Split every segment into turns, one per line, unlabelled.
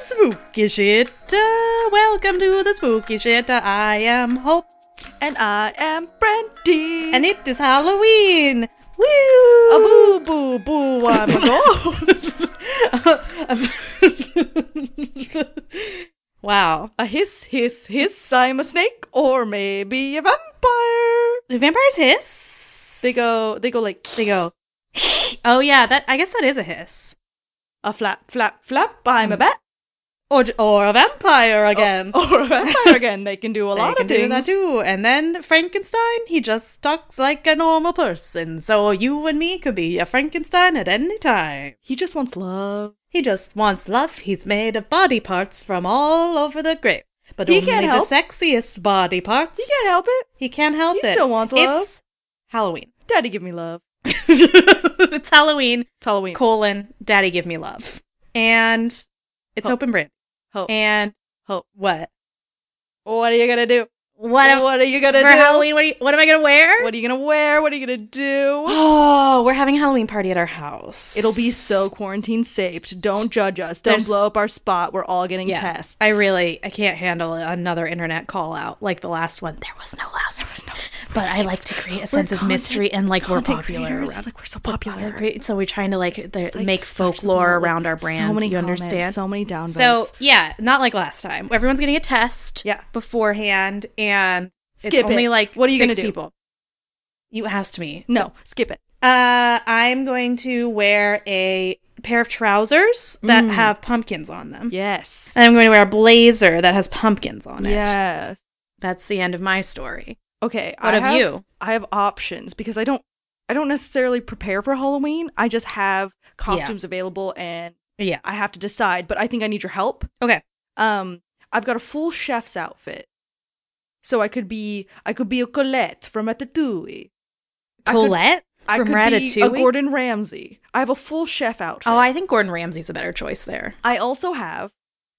spooky shit. Uh, welcome to the spooky shit. Uh, I am Hope,
And I am Brandy.
and it is Halloween. Woo!
a boo boo boo, I'm a ghost.
wow.
a hiss hiss hiss, I'm a snake or maybe a vampire.
Do vampires hiss?
They go, they go like
They go. Oh yeah, that I guess that is a hiss.
a flap flap flap. I'm
Hmm.
a bat
Or or a vampire again.
or a vampire again. They can do a
They
lot
can
of things.
do that too. And then Frankenstein, he just talks like a normal person. So you and me could be a Frankenstein at any time.
He just wants love.
He just wants love. He's made of body parts from all over the grave, but
He
only
can't
the
help.
sexiest body parts.
He can't help it.
He can't help
He
it.
still wants love.
It's Halloween.
Daddy, give me love.
it's Halloween.
It's Halloween.
Colon. Daddy, give me love. And it's
Hope.
open brand.
Hope.
And
Hope.
what?
What are you gonna do?
What am
what are you gonna
for
do?
Halloween? What, are you, what am I gonna wear?
What are you gonna wear? What are you gonna do?
Oh, we're having a Halloween party at our house.
It'll be so quarantine safe. Don't judge us. Don't
There's-
blow up our spot. We're all getting
Yeah.
tests.
I really I can't handle another internet call out like the last one. There was no last one. but I like to create a sense of
content-
mystery and like we're
Content
popular
creators,
around.
It's like we're so popular.
Great. So we're trying to like, the,
Like,
make
such
folklore
love, like,
around our brand.
So many
you
comments,
understand?
So many downvotes.
So yeah, not like last time. Everyone's getting a test
Yeah.
beforehand, and
Skip
it's only
it.
like
What are you
six
gonna do?
People, you asked me.
no,
So,
skip it.
uh, I'm going to wear a pair of trousers that
Mm.
have pumpkins on them.
Yes.
And I'm going to wear a blazer that has pumpkins on it.
Yes.
That's the end of my story.
Okay.
What
I
of
have,
you?
I have options because I don't. I don't necessarily prepare for Halloween. I just have costumes available and
Yeah.
I have to decide. But I think I need your help.
Okay.
Um, I've got a full chef's outfit. So I could be I could be a Colette from Ratatouille. I could-
Colette
I
from
could be a
Ratatouille.
Gordon Ramsay. I have a full chef outfit.
oh, I think Gordon Ramsay's a better choice there.
I also have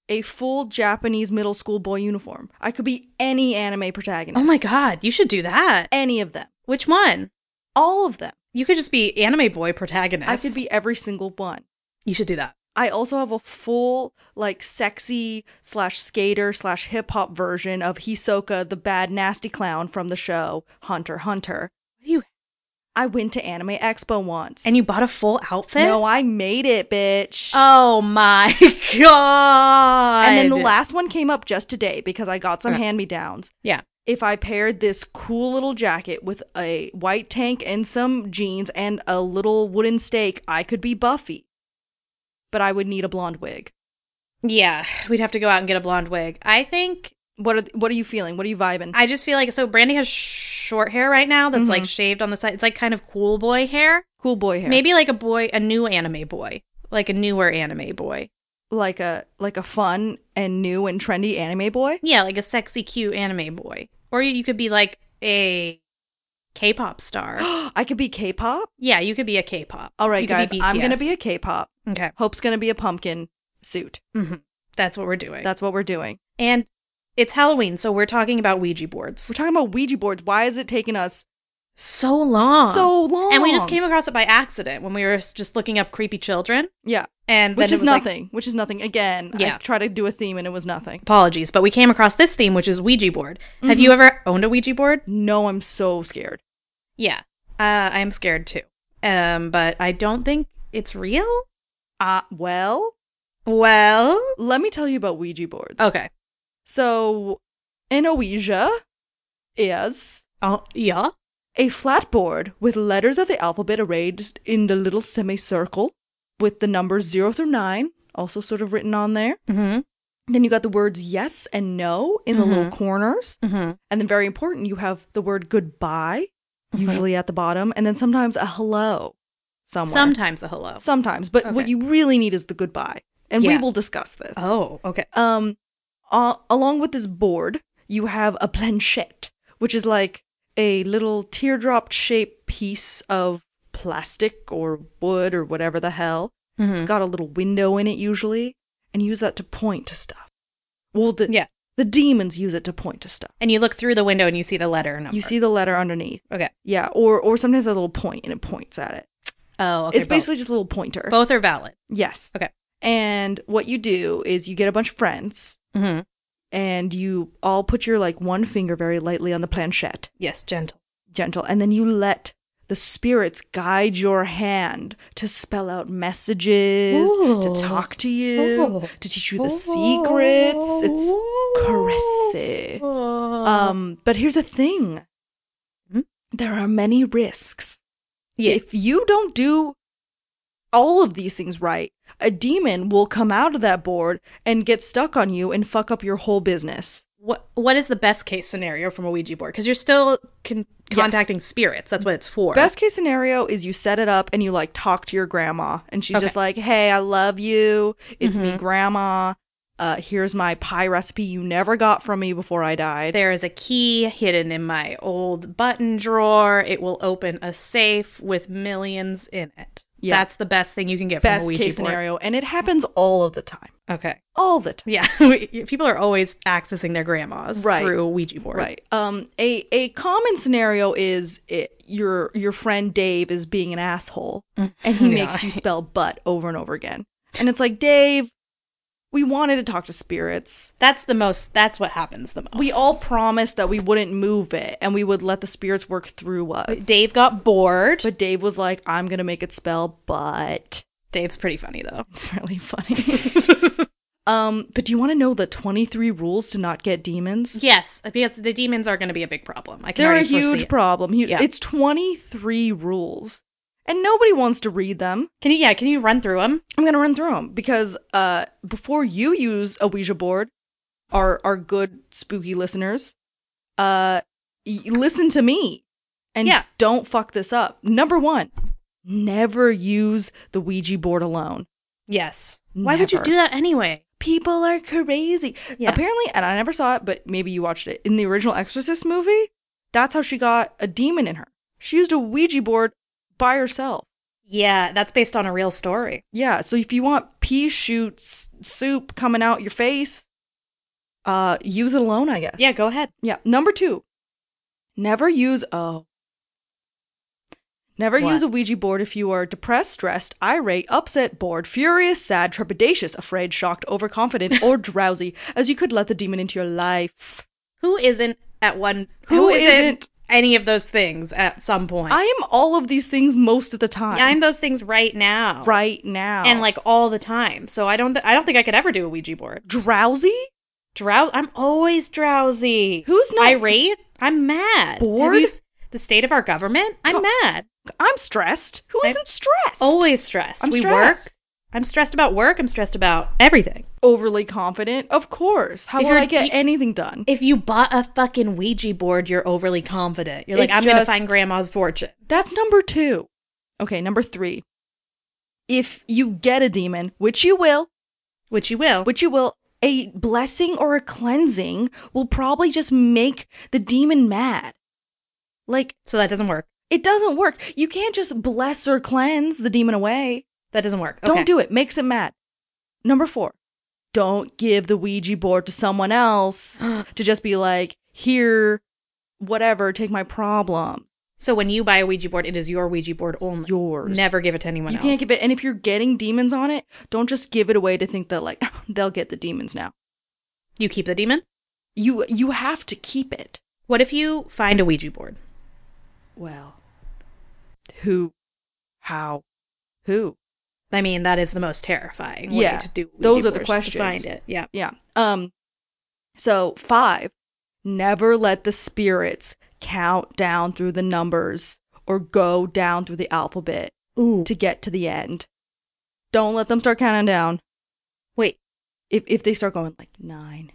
a full Japanese middle school boy uniform. I could be any anime protagonist.
Oh my god, you should do that.
Any of them.
Which one?
All of them.
You could just be anime boy protagonist.
I could be every single one.
You should do that.
I also have a full, like, sexy slash skater slash hip hop version of Hisoka, the bad nasty clown from the show Hunter x Hunter.
You
I went to Anime Expo once.
and you bought a full outfit.
No, I made it, bitch.
oh my god.
and then the last one came up just today because I got some
Right.
hand me downs.
Yeah.
If I paired this cool little jacket with a white tank and some jeans and a little wooden stake, I could be Buffy. But I would need a blonde wig.
Yeah, we'd have to go out and get a blonde wig. I think
What are what are you feeling? What are you vibing?
I just feel like so Brandy has short hair right now that's
Mm-hmm.
like shaved on the side. It's like kind of cool boy hair.
cool boy hair.
Maybe like a boy, a new anime boy, like a newer anime boy.
like a like a fun and new and trendy anime boy.
Yeah, like a sexy, cute anime boy. Or you, you could be like a K-pop star.
I could be K-pop.
yeah, you could be a K-pop.
All right,
You could
guys,
be
I'm gonna
BTS.
be a K-pop.
Okay, mm-hmm.
Hope's gonna be a pumpkin suit.
that's what we're doing.
That's what we're doing.
and it's Halloween, so we're talking about Ouija boards.
We're talking about Ouija boards. Why is it taking us
so long,
so long?
and we just came across it by accident when we were s- just looking up creepy children,
Yeah.
and
Which
then it
is
was like,
nothing. which is nothing. Again, I
Yeah.
tried to do a theme and it was nothing.
apologies, but we came across this theme, which is Ouija board. Have
Mm-hmm.
you ever owned a Ouija board?
No, I'm so scared.
Yeah, uh, I'm scared too, um, but I don't think it's real.
Uh, well,
Well,
let me tell you about Ouija boards.
okay.
So, an Ouija is
Oh yeah.
a flat board with letters of the alphabet arrayed in the little semicircle with the numbers 0 through 9, also sort of written on there.
Mm-hmm.
Then you got the words yes and no in the little corners.
Mm-hmm.
And then, very important, you have the word goodbye,
Mm-hmm.
usually at the bottom, and then sometimes a hello somewhere.
Sometimes a hello.
Sometimes, but what
Okay.
you really need is the goodbye. And we
Yeah.
will discuss this.
Oh, okay.
Um, a- along with this board, you have a planchette, which is like a little teardrop shaped piece of plastic or wood or whatever the hell.
Mm-hmm.
It's got a little window in it usually, and you use that to point to stuff. Well, the,
Yeah.
the demons use it to point to stuff.
And you look through the window and you see the letter number.
You see the letter underneath.
Okay.
Yeah, or or sometimes a little point and it points at it.
Oh, okay.
it's
both.
basically just a little pointer.
both are valid.
Yes.
Okay.
And what you do is you get a bunch of friends
Mm-hmm.
and you all put your like one finger very lightly on the planchette,
Yes, gentle.
gentle, and then you let the spirits guide your hand to spell out messages, to
Ooh.
talk to you,
Oh.
to teach you the secrets. It's caressy. Um, but here's the thing.
Hmm?
There are many risks.
yeah.
If you don't do all of these things right, a demon will come out of that board and get stuck on you and fuck up your whole business.
What What is the best case scenario from a Ouija board? Because you're still con- contacting spirits. That's what it's for.
Best case scenario is you set it up and you like talk to your grandma and she's
Okay.
just like, "Hey, I love you. It's me,
Mhm.
grandma. Uh, here's my pie recipe you never got from me before I died."
There is a key hidden in my old button drawer. It will open a safe with millions in it.
Yeah.
That's the best thing you can get from a
Best
Ouija
case
board.
scenario, and it happens all of the time.
Okay.
All the time.
Yeah. People are always accessing their grandmas
Right.
through a Ouija board.
Right. Um. A a common scenario is it, your your friend Dave is being an asshole, and he
Yeah.
makes you spell butt over and over again, and it's like Dave, we wanted to talk to spirits.
That's the most, that's what happens the most.
We all promised that we wouldn't move it, and we would let the spirits work through us.
Dave got bored.
But Dave was like, "I'm gonna make it spell butt."
Dave's pretty funny though.
It's really funny. um. But do you want to know the 23 rules to not get demons?
Yes, because the demons are going to be a big problem. I can
They're a
already foresee
huge
it.
problem. Hu-
Yeah.
It's 23 rules, and nobody wants to read them.
Can you? Yeah, can you run through them?
I'm going to run through them because uh, before you use a Ouija board, our, our good spooky listeners, uh, y- listen to me and
Yeah.
don't fuck this up. Number one, never use the Ouija board alone.
Yes. Why would you
Never.
do that anyway?
People are crazy.
Yeah.
Apparently, and I never saw it, but maybe you watched it in the original Exorcist movie. That's how she got a demon in her. She used a Ouija board by herself.
Yeah, that's based on a real story.
Yeah, so if you want pea shoots soup coming out your face, uh, use it alone, I guess.
Yeah, go ahead.
Yeah. Number two, never use oh. Never
What?
use a Ouija board if you are depressed, stressed, irate, upset, bored, furious, sad, trepidatious, afraid, shocked, overconfident, or drowsy, as you could let the demon into your life.
Who isn't at one?
Who isn't?
any of those things at some point?
I am all of these things most of the time.
I'm those things right now,
right now.
and like all the time. So I don't, I don't think I could ever do a Ouija board.
drowsy?
Drow, I'm always drowsy.
Who's not
irate? I'm mad. Have you
Bored?
s- the state of our government? I'm mad.
I'm stressed. Who
I'm
not stressed?
Always stressed.
I'm
we
stressed.
work. I'm stressed about work. I'm stressed about everything.
overly confident. Of course. How
If
will
you're
I get
de-
anything done?
If you bought a fucking Ouija board, you're overly confident. You're like,
It's
I'm going to
just-
find grandma's fortune.
That's number two. Okay, number three. If you get a demon, which you will,
Which you will.
which you will, a blessing or a cleansing will probably just make the demon mad. Like,
so that doesn't work.
it doesn't work. You can't just bless or cleanse the demon away.
That doesn't work.
Don't do it. Makes it mad. Number four, don't give the Ouija board to someone else to just be like, here, whatever, take my problem.
So when you buy a Ouija board, it is your Ouija board only.
Yours.
Never give it to anyone
You
else.
can't give it. And if you're getting demons on it, don't just give it away to think that like they'll get the demons now.
You keep the demon.
You you have to keep it.
What if you find a Ouija board?
Well, who, how, who?
I mean, that is the most terrifying
Yeah.
way to do. Ouija
Those are the
boards, is to find
questions.
it. Yeah.
Yeah. Um. So five, never let the spirits count down through the numbers or go down through the alphabet
Ooh.
to get to the end. Don't let them start counting down.
Wait.
If if they start going like nine,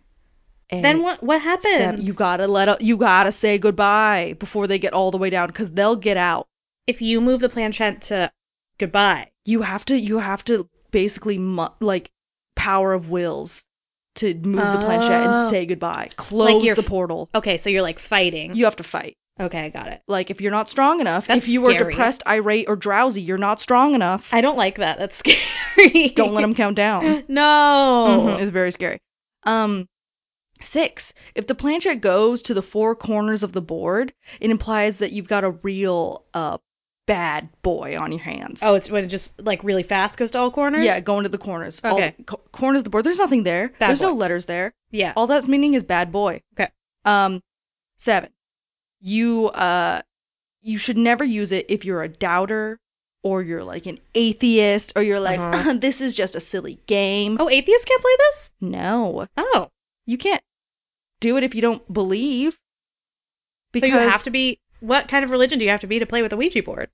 eight,
Then what? What happens?
seven, you gotta let out, you gotta say goodbye before they get all the way down because they'll get out.
if you move the planchette to goodbye.
You have to you have to basically mu- like power of wills to move the planchette and
Oh.
say goodbye. Close
you're
the
f-
portal.
Okay, so you're like fighting.
you have to fight.
okay, I got it.
Like if you're not strong enough,
That's
if you are
scary.
depressed, irate, or drowsy, you're not strong enough.
I don't like that. That's scary.
Don't let them count down.
No.
Mhm, it's very scary. Um, six. If the planchette goes to the four corners of the board, it implies that you've got a real uh bad boy on your hands.
Oh, it's when it just like really fast goes to all corners.
yeah, going to the corners. All
Okay.
the co- corners of the board. There's nothing there.
Bad
There's no
boy.
letters there.
yeah.
All that's meaning is bad boy.
Okay.
Um, seven. You uh, you should never use it if you're a doubter or you're like an atheist or you're like
Uh-huh.
this is just a silly game.
Oh, atheists can't play this.
No,
Oh,
you can't do it if you don't believe. Because
so you have to be. What kind of religion do you have to be to play with a Ouija board?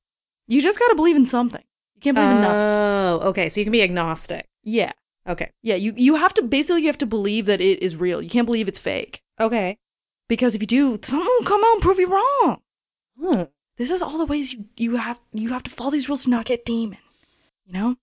you just gotta believe in something. You can't believe in nothing.
Oh, okay. So you can be agnostic.
Yeah,
Okay.
yeah. You you have to basically you have to believe that it is real. You can't believe it's fake
Okay.
because if you do, someone will come out and prove you wrong.
Hmm.
this is all the ways you, you have you have to follow these rules to not get demon you know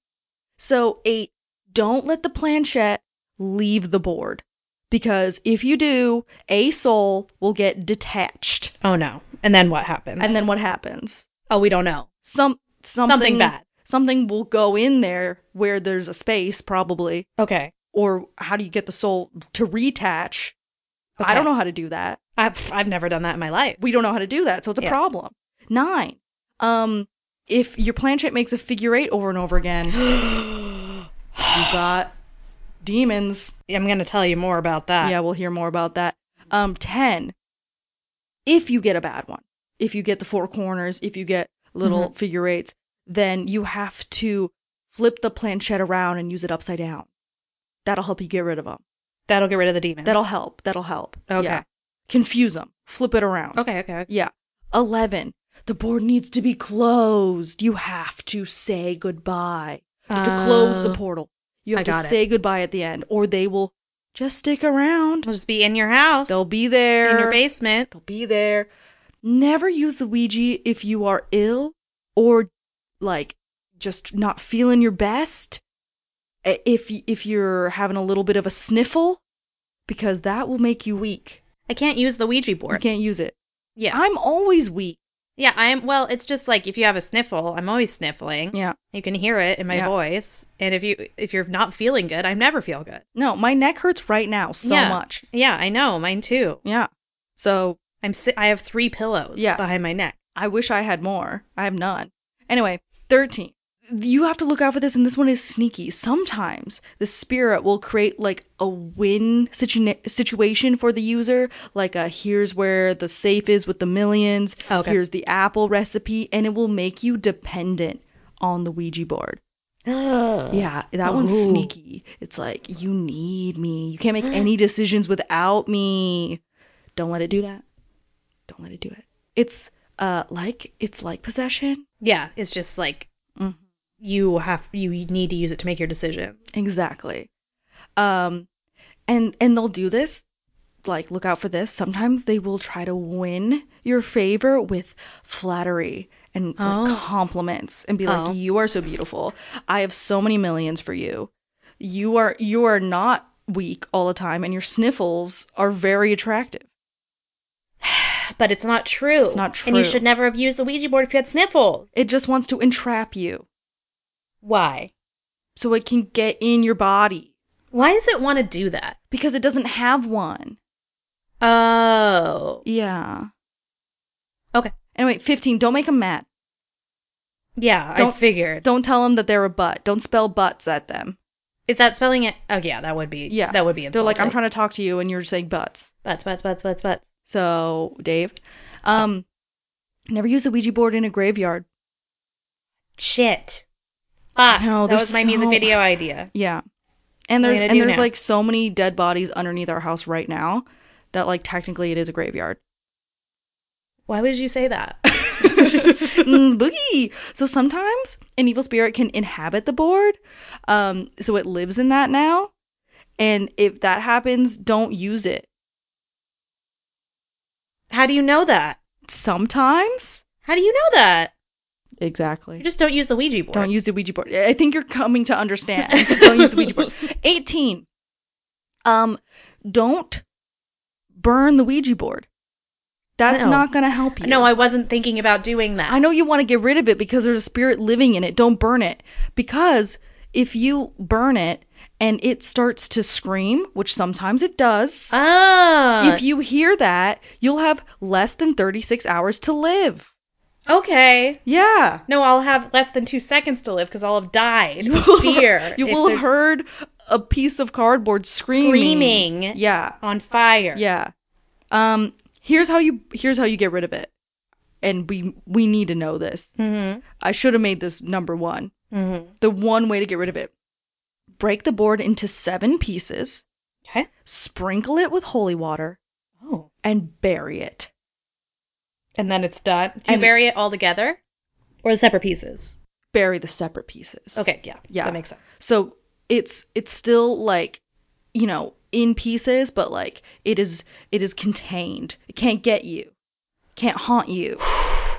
so eight don't let the planchette leave the board because if you do a soul will get detached
Oh no. And then what happens?
and then what happens
oh, we don't know.
some something,
Something, bad.
something will go in there where there's a space probably
Okay.
or how do you get the soul to reattach i
Okay.
don't know how to do that
I've I've never done that in my life.
we don't know how to do that so it's a
Yeah.
problem nine um if your planchet makes a figure eight over and over again you got demons
I'm gonna tell you more about that.
yeah we'll hear more about that um 10 if you get a bad one if you get the four corners if you get little
Mm-hmm.
figure eights then you have to flip the planchette around and use it upside down that'll help you get rid of them
That'll get rid of the demons.
that'll help that'll help
Okay.
yeah. confuse them flip it around
Okay. Okay.
yeah. 11. The board needs to be closed. You have to say goodbye. You have to close the
Uh,
portal. You
I
have to
got it.
say goodbye at the end, or they will just stick around.
They'll just be in your house.
They'll be there.
in your basement.
They'll be there. Never use the Ouija if you are ill or like just not feeling your best. I- If y- if you're having a little bit of a sniffle, because that will make you weak.
I can't use the Ouija board.
You can't use it.
Yeah.
I'm always weak.
yeah. I'm. Well, it's just like if you have a sniffle, I'm always sniffling.
Yeah.
You can hear it in my
Yeah.
voice. And if you if you're not feeling good, I never feel good.
No, my neck hurts right now so
Yeah.
much.
Yeah, I know. Mine too.
Yeah. So
I'm. Si- I have three pillows
Yeah.
behind my neck.
I wish I had more. I have none. Anyway, 13. You have to look out for this, and this one is sneaky. Sometimes the spirit will create like a win situ- situation for the user, like a here's where the safe is with the millions,
Okay.
here's the apple recipe, and it will make you dependent on the Ouija board. Yeah, that one's
Ooh.
sneaky. It's like, you need me. You can't make any decisions without me. Don't let it do that. Don't let it do it. It's uh like it's like possession.
Yeah. It's just like
Mhm.
you have you need to use it to make your decision.
Exactly. Um and and they'll do this. Like look out for this. Sometimes they will try to win your favor with flattery and like,
Oh.
compliments and be like
Oh.
you are so beautiful. I have so many millions for you. You are you are not weak all the time and your sniffles are very attractive.
But it's not true.
It's not
And you
true.
should never have used the Ouija board if you had sniffles.
It just wants to entrap you
Why?
so it can get in your body
Why does it want to do that?
because it doesn't have one.
Oh.
Yeah.
Okay.
Anyway, 15, don't make them mad.
Yeah, I
Don't-
figured.
Don't tell them that they're a butt. Don't spell butts at them.
Is that spelling it? Oh, yeah, that would be.
Yeah.
That would be
They're
insulting.
like, I'm trying to talk to you and you're saying butts.
Butts, butts, butts, butts, butts.
So, Dave, um, never use the Ouija board in a graveyard.
Shit. Ah,
No,
that
there's
was my music
so-
video idea.
Yeah. And
What are you
there's
gonna
and
do
there's
now?
like so many dead bodies underneath our house right now that like technically it is a graveyard.
Why would you say that?
Mm, boogie. So sometimes an evil spirit can inhabit the board. Um, so it lives in that now. And if that happens, don't use it.
How do you know that?
Sometimes.
How do you know that? You
Exactly.
just don't use the Ouija board.
Don't use the Ouija board. I think you're coming to understand. don't use the Ouija board. 18. Um, don't burn the Ouija board. That's
No.
not going to help you.
No, I wasn't thinking about doing that.
I know you want to get rid of it because there's a spirit living in it. Don't burn it. Because if you burn it and it starts to scream, which sometimes it does,
Ah.
if you hear that, you'll have less than 36 hours to live.
Okay.
Yeah.
No, I'll have less than two seconds to live because I'll have died. of fear.
You
if
will have
there's
heard a piece of cardboard screaming.
screaming
Yeah.
on fire.
Yeah. Um here's how you here's how you get rid of it. And we we need to know this.
Mm-hmm.
I should have made this number 1.
Mm-hmm.
The one way to get rid of it. Break the board into 7 pieces,
Okay.
sprinkle it with holy water,
Oh.
and bury it.
And then it's done. Do you
And-
bury it all together? Or the separate pieces?
Bury the separate pieces.
Okay, yeah.
Yeah.
That makes sense.
So it's it's still like, you know, in pieces, but like it is it is contained. It can't get you. Can't haunt you.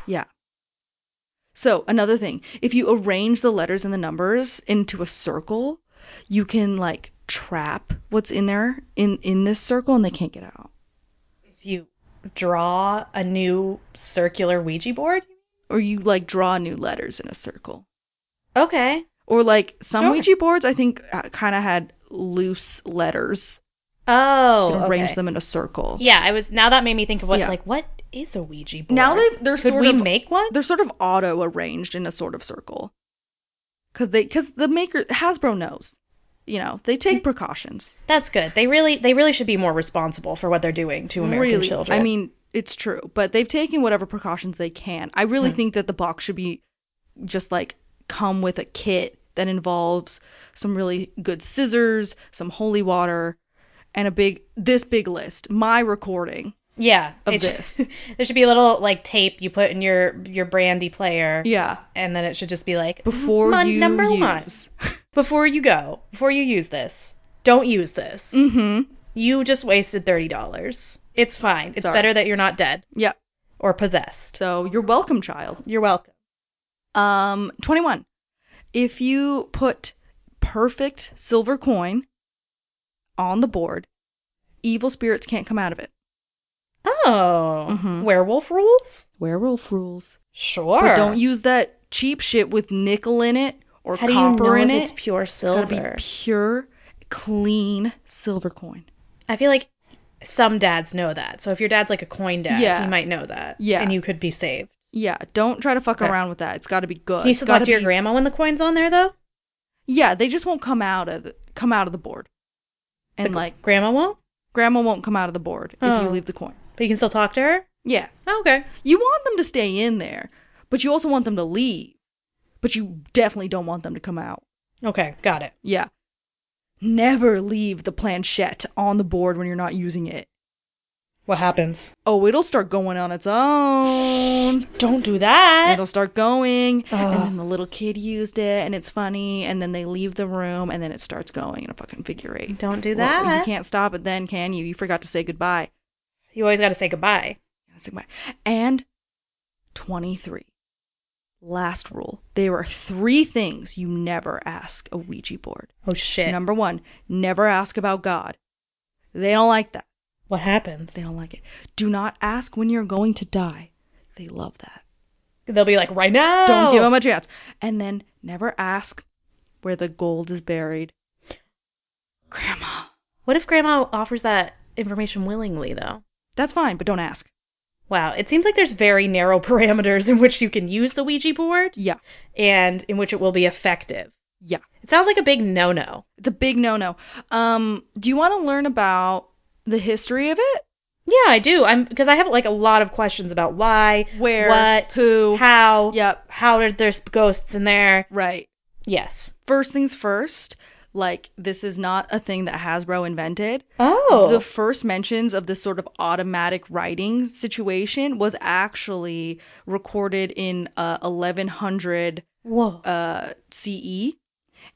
yeah. So another thing, if you arrange the letters and the numbers into a circle, you can like trap what's in there in in this circle and they can't get out.
If you draw a new circular Ouija board?
Or you like draw new letters in a circle.
Okay.
Or like some
Sure.
Ouija boards I think uh, kind of had loose letters.
Oh.
You can arrange
okay.
them in a circle.
Yeah, I was. Now that made me think of what,
Yeah.
like, what is a Ouija board?
Now that they're
could
sort
we
of-
make one?
they're sort of auto arranged in a sort of circle because they because the maker hasbro knows you know they
Mm.
take precautions
That's good. They really, they really should be more responsible for what they're doing to American
really
children.
i mean it's true but they've taken whatever precautions they can i really
Hmm.
think that the box should be just like come with a kit that involves some really good scissors some holy water and a big this big list my recording
yeah.
of
it should-
this.
there should be a little like tape you put in your your brandy player,
yeah
and then it should just be like
before
"Mon-
you
number one
use.
before you go before you use this. Don't use this.
mm-hmm
You just wasted thirty dollars. It's fine. It's
Sorry.
better that you're not dead
yeah
or possessed.
so you're welcome child
You're welcome.
Um, 21. If you put perfect silver coin on the board, evil spirits can't come out of it.
Oh,
Mhm.
werewolf rules.
Werewolf rules.
Sure,
But don't use that cheap shit with nickel in it or
How do you
copper
know
in
if
it.
It's pure
it's gotta
silver.
be pure, clean silver coin.
I feel like some dads know that. So if your dad's like a coin dad,
Yeah.
he might know that.
Yeah.
And you could be saved.
Yeah, don't try to fuck
Okay.
around with that. It's got to be good.
Can you
It's
still talk
gotta
to your
be-
grandma when the coin's on there though?
Yeah, they just won't come out of the, come out of the board,
The
and
gr-
like
grandma won't?
grandma won't come out of the board if you
Oh.
leave the coin.
But you can still talk to her?
Yeah,
Oh, okay.
You want them to stay in there, but you also want them to leave. But you definitely don't want them to come out.
Okay, got it.
Yeah. Never leave the planchette on the board when you're not using it.
What happens?
Oh, it'll start going on its own.
Don't do that.
It'll start going,
Ugh.
and then the little kid used it, and it's funny, and then they leave the room, and then it starts going in a fucking figure eight.
Don't do
Well,
that.
you can't stop it then, can you? You forgot to say goodbye.
You always got to say goodbye.
Say goodbye. And 23. Last rule. There are three things you never ask a Ouija board.
Oh shit.
Number one, never ask about God. They don't like that.
what happens?
They don't like it. Do not ask when you're going to die. They love that.
They'll be like, right now.
Don't give them a chance. And then never ask where the gold is buried. Grandma.
What if grandma offers that information willingly though?
That's fine, but don't ask.
Wow, it seems like there's very narrow parameters in which you can use the Ouija board
Yeah.
and in which it will be effective.
Yeah.
It sounds like a big no-no.
It's a big no no. Um, do you want to learn about the history of it?
Yeah, I do. I'm because I have like a lot of questions about why,
Where,
what,
who.
how,
Yep.
how are there's ghosts in there?
Right.
Yes.
First things first, like this is not a thing that Hasbro invented.
Oh,
The first mentions of this sort of automatic writing situation was actually recorded in uh, 1100
whoa.
uh, CE.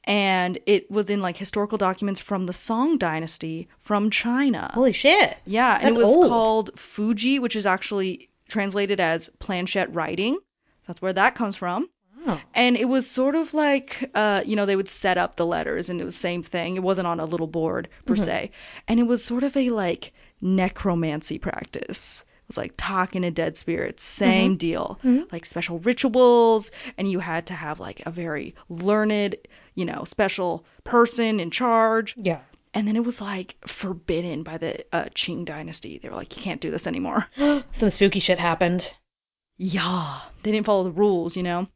And it was in like historical documents from the Song Dynasty from China.
Holy shit.
Yeah, and
That's
it was
old.
called Fuji, which is actually translated as planchette writing. That's where that comes from.
Wow.
And it was sort of like, uh, you know, they would set up the letters and it was same thing. It wasn't on a little board per
Mm-hmm.
se. And it was sort of a like necromancy practice. It was like talking to dead spirits, same
Mm-hmm.
deal. Like special rituals. And you had to have like a very learned, you know, special person in charge.
Yeah.
And then it was like forbidden by the uh, Qing dynasty. They were like, you can't do this anymore.
Some spooky shit happened.
Yeah, they didn't follow the rules, you know?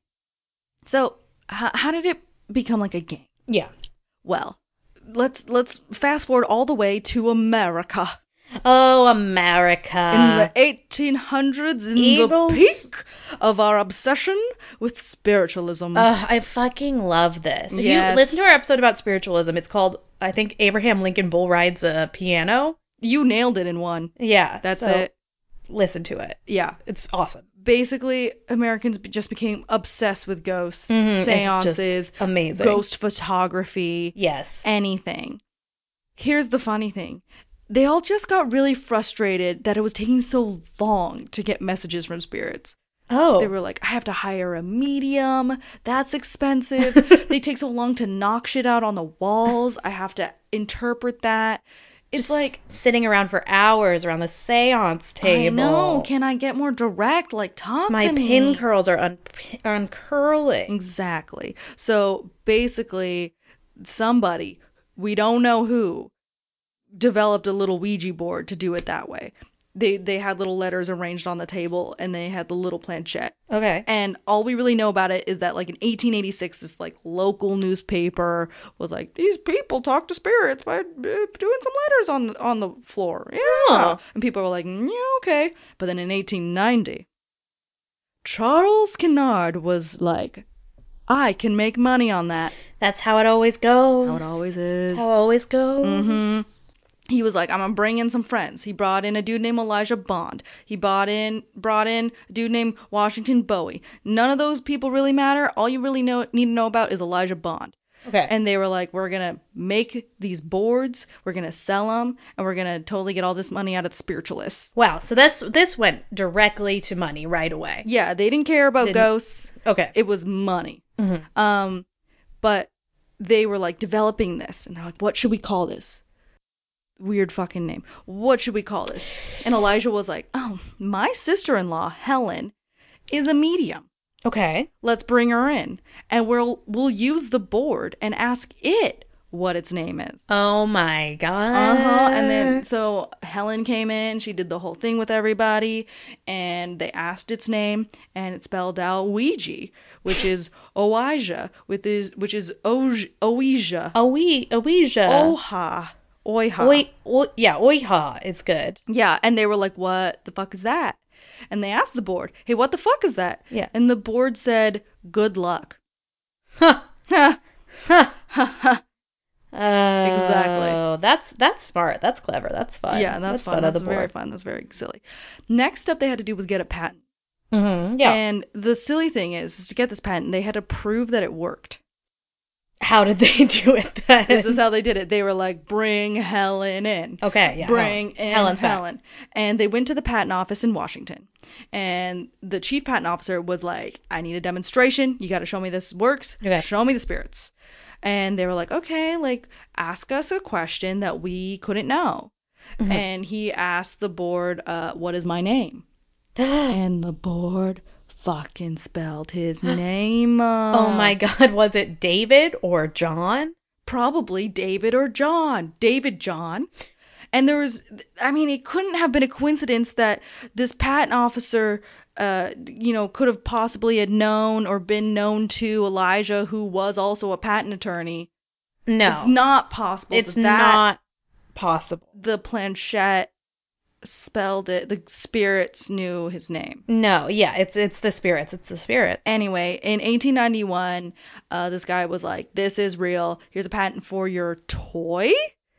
So, h- how did it become like a gang?
Yeah.
Well, let's let's fast forward all the way to America
Oh, America.
in the 1800s in
Uh, Eagles.
the peak of our obsession with spiritualism.
Ugh, I fucking love this. If
Yes.
you listen to our episode about spiritualism, it's called I think Abraham Lincoln Bull Rides a Piano.
you nailed it in one.
Yeah.
That's
so
it.
Listen to it.
Yeah.
It's awesome.
Basically, Americans be- just became obsessed with ghosts,
Mm-hmm. It's just
Mm-hmm. seances,
amazing.
ghost photography,
Yes.
anything. Here's the funny thing they all just got really frustrated that it was taking so long to get messages from spirits.
oh.
They were like, I have to hire a medium. That's expensive. they take so long to knock shit out on the walls. I have to interpret that. It's like,
like sitting around for hours around the seance table.
I know. Can I get more direct? Like, talk
My
to me.
pin curls are un- uncurling.
Exactly. So basically, somebody, we don't know who, developed a little Ouija board to do it that way. They, they had little letters arranged on the table and they had the little planchette.
Okay.
And all we really know about it is that, like, in 1886, this, like, local newspaper was like, these people talk to spirits by uh, doing some letters on, the- on the floor. Yeah.
Oh.
And people were like, "Mm, yeah, okay. But then in 1890, Charles Kennard was like, I can make money on that.
That's how it always goes.
How it always is.
How it always goes.
Mm-hmm. he was like, I'm gonna bring in some friends. He brought in a dude named Elijah Bond. He brought in brought in a dude named Washington Bowie. None of those people really matter. All you really know need to know about is Elijah Bond.
Okay.
And they were like, we're gonna make these boards, we're gonna sell them, and we're gonna totally get all this money out of the spiritualists.
wow. So this this went directly to money right away.
Yeah, they didn't care about ghosts.
Okay.
It was money. Um, but they were like developing this, and they're like, "What should we call this? Weird fucking name. What should we call this?" And Elijah was like, "Oh, my sister-in-law Helen is a medium.
okay.
Let's bring her in, and we'll we'll use the board and ask it what its name is."
Oh my god.
Uh huh. And then so Helen came in. She did the whole thing with everybody, and they asked its name, and it spelled out Ouija, which is Oija, with is which is Oj- Oija,
Owi
Oh,
Ouija.
Oha, Oiha.
Oi, oi, yeah, oiha is good.
Yeah, and they were like, "What the fuck is that?" And they asked the board, "Hey, what the fuck is that?"
Yeah.
And the board said, "Good luck."
Huh.
Huh.
Oh, exactly. Oh, That's that's smart. That's clever. That's fun.
Yeah, that's, fun.
on the
That's very
board.
fun. That's very silly. Next step they had to do was get a patent.
Mhm, Yeah.
And the silly thing is, is to get this patent, they had to prove that it worked.
How did they do it then?
This is how they did it. They were like, bring Helen in.
okay. Oh, Yeah.
Bring
Helen.
in
Helen's back.
Helen. And they went to the patent office in Washington. And the chief patent officer was like, I need a demonstration. You got to show me this works.
Okay.
Show me the spirits. And they were like, okay, like ask us a question that we couldn't know.
Mm-hmm.
And he asked the board, uh, what is my name? and the board fucking spelled his name. uh,
Oh my god, was it David or John?
probably David or John, David John. And there was, I mean, it couldn't have been a coincidence that this patent officer, uh, you know, could have possibly had known or been known to Elijah, who was also a patent attorney.
No.
It's not possible.
It's
that
not possible.
The planchette spelled it. The spirits knew his name.
No, yeah, it's it's the spirits. It's the spirits.
Anyway, in 1891, uh, this guy was like, "This is real. Here's a patent for your toy."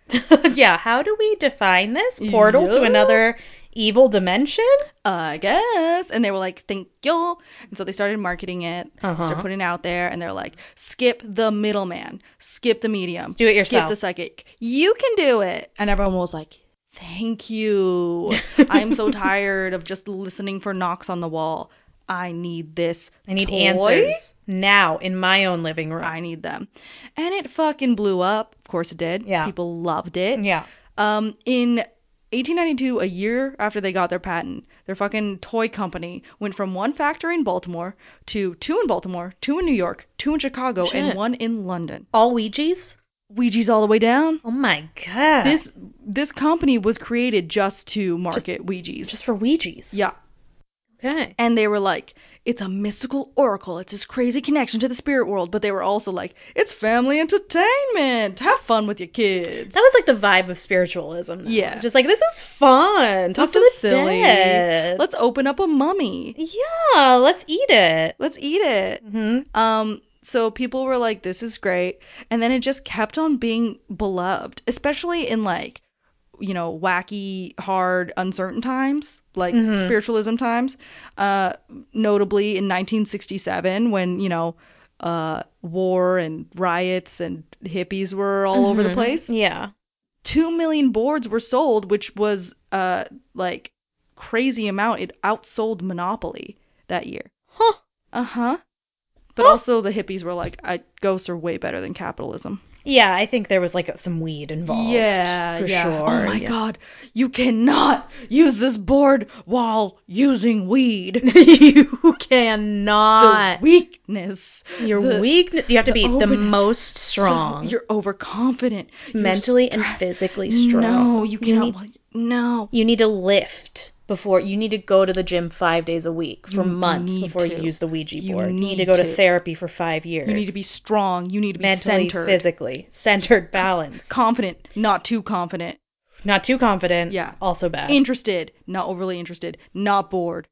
yeah, how do we define this portal to
Yeah.
another evil dimension?
I guess. And they were like, thank you. And so they started marketing it,
Uh-huh.
started putting it out there, and they're like, skip the middleman, skip the medium,
Do it
skip
yourself.
the psychic. You can do it. And everyone was like, thank you. I'm so tired of just listening for knocks on the wall. I need this.
I need
toy.
answers now in my own living room.
I need them. And it fucking blew up. Of course it did.
Yeah.
People loved it.
yeah.
Um, in 1892, a year after they got their patent, their fucking toy company went from one factory in Baltimore to two in Baltimore, two in New York, two in Chicago,
Shit.
and one in London.
All Ouija's?
Ouija's all the way down.
Oh my god.
This this company was created just to market Ouija's.
just for Ouija's.
yeah.
Okay.
and they were like, it's a mystical oracle. It's this crazy connection to the spirit world. But they were also like, it's family entertainment. Have fun with your kids.
That was like the vibe of spiritualism. Though.
Yeah.
It's just like, this is fun. Talk
This
to
is
the dead.
Let's open up a mummy.
yeah, let's eat it.
Let's eat it. Um, so people were like, this is great. And then it just kept on being beloved, especially in like, you know, wacky, hard, uncertain times, like spiritualism times. Uh, notably in 1967, when, you know, uh, war and riots and hippies were all over the place
Yeah.
two million boards were sold, which was uh like crazy amount. It outsold Monopoly that year.
Huh.
Uh huh. But also the hippies were like, I, "Ghosts are way better than capitalism."
Yeah, I think there was like some weed involved. for sure.
Oh my
yeah.
god, you cannot use this board while using weed.
you
the
cannot.
weakness.
your
the-
weakness. You have to be the
openness.
most
So
strong.
you're overconfident. You're
mentally and
stressed.
physically strong.
No, you cannot. no,
You need to lift before you need to go to the gym five days a week for months
need
before you
to.
use the Ouija
You
board. You need to
need
go to
to.
therapy for five years.
You need to be strong. You need to be
mentally,
centered,
physically centered, balance.
confident, not too confident,
Not too confident.
Yeah.
also bad.
interested, not overly interested, not bored.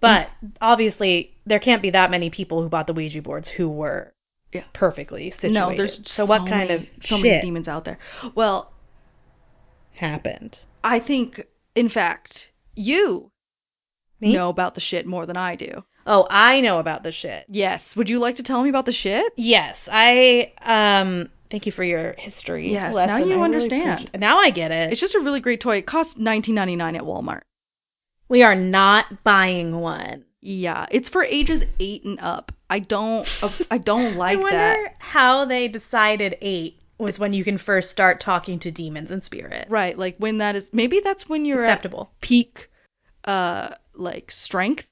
but obviously, there can't be that many people who bought the Ouija boards who were
Yeah.
perfectly situated.
No, there's
so what kind
many-
of
so many
shit
demons out there. Well,
happened?
I think, in fact, you
Me?
know about the shit more than I do.
Oh, I know about the shit.
Yes. Would you like to tell me about the shit?
Yes, I um thank you for your history.
Yes, now
lesson.
you
I really
understand.
appreciate- now I get it.
It's just a really great toy. It costs nineteen ninety nine at Walmart.
we are not buying one.
Yeah, it's for ages eight and up. I don't. I don't like
I wonder
that.
how they decided eight was when you can first start talking to demons and spirit.
Right. Like when that is maybe that's when you're at
Acceptable.
peak uh like strength.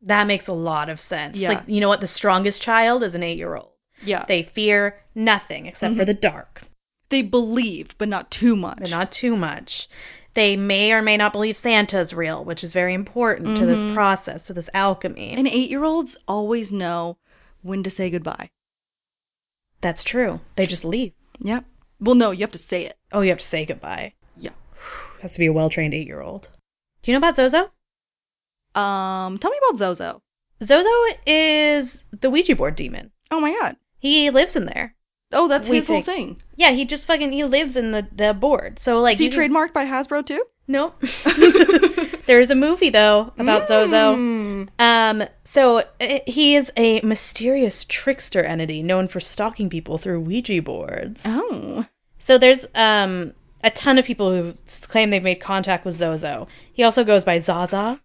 That makes a lot of sense.
Yeah.
Like you know what? The strongest child is an eight-year-old.
Yeah. They,
They fear nothing except for the dark,
believe, but not too Mm-hmm. much.
but not too much. They may or may not believe Santa's real, which is very important to this process, to this alchemy.
Mm-hmm. and eight year olds always know when to say goodbye.
That's true. They just leave.
Yeah. Well no, you have to say it.
Oh, you have to say goodbye.
Yeah.
Has to be a well trained eight year old. Do you know about Zozo?
Um tell me about Zozo.
Zozo is the Ouija board demon.
Oh my god.
He lives in there.
Oh, that's
We
his
think-
whole thing.
Yeah, he just fucking he lives in the the board. So like
is he
you can-
trademarked by Hasbro too?
Nope. there is a movie though about Zozo.
Mm.
Um, so uh, he is a mysterious trickster entity known for stalking people through Ouija boards.
Oh.
So there's um a ton of people who s- claim they've made contact with Zozo. He also goes by Zaza,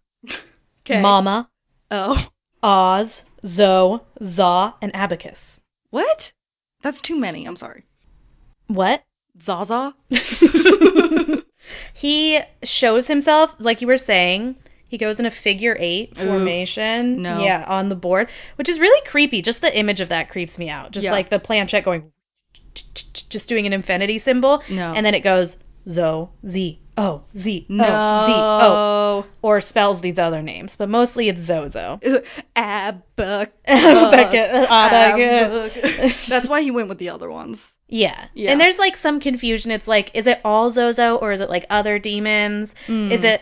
Mama,
Oh.
Oz, Zo, Za, and Abacus.
What? That's too many, I'm sorry.
What?
Zaza?
He shows himself, like you were saying, he goes in a figure eight
Ooh,
formation.
no.
Yeah, on the board, which is really creepy. Just the image of that creeps me out. Just
Yeah.
like the planchette going, just doing an infinity symbol.
No.
And then it goes Zo, Z, O, Z, O, Z,
no.
O. or spells these other names, but mostly it's Zozo.
Abacus. Um,
Abacus.
Abacus. That's why he went with the other ones.
Yeah.
Yeah.
And there's like some confusion. It's like, is it all Zozo or is it like other demons? Is it,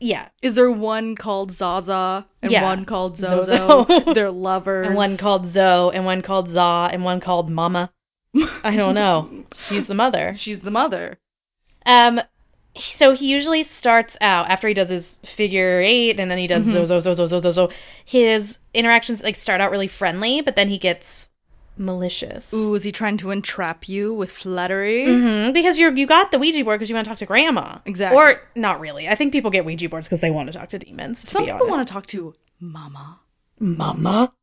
yeah.
Is there one called Zaza and
Yeah.
one called Zozo?
Zozo.
They're lovers.
And one called Zo and one called Za and one called Mama. I don't know. She's the mother.
She's the mother.
Um, so he usually starts out after he does his figure eight, and then he does Zozo Zozo Zozo Zozo. His interactions like start out really friendly, but then he gets malicious.
Ooh, is he trying to entrap you with flattery?
Mhm, because you you got the Ouija board because you want to talk to grandma.
Exactly.
Or not really. I think people get Ouija boards because they want to talk to demons. To be
Some people
honest.
want to talk to Mama.
mama,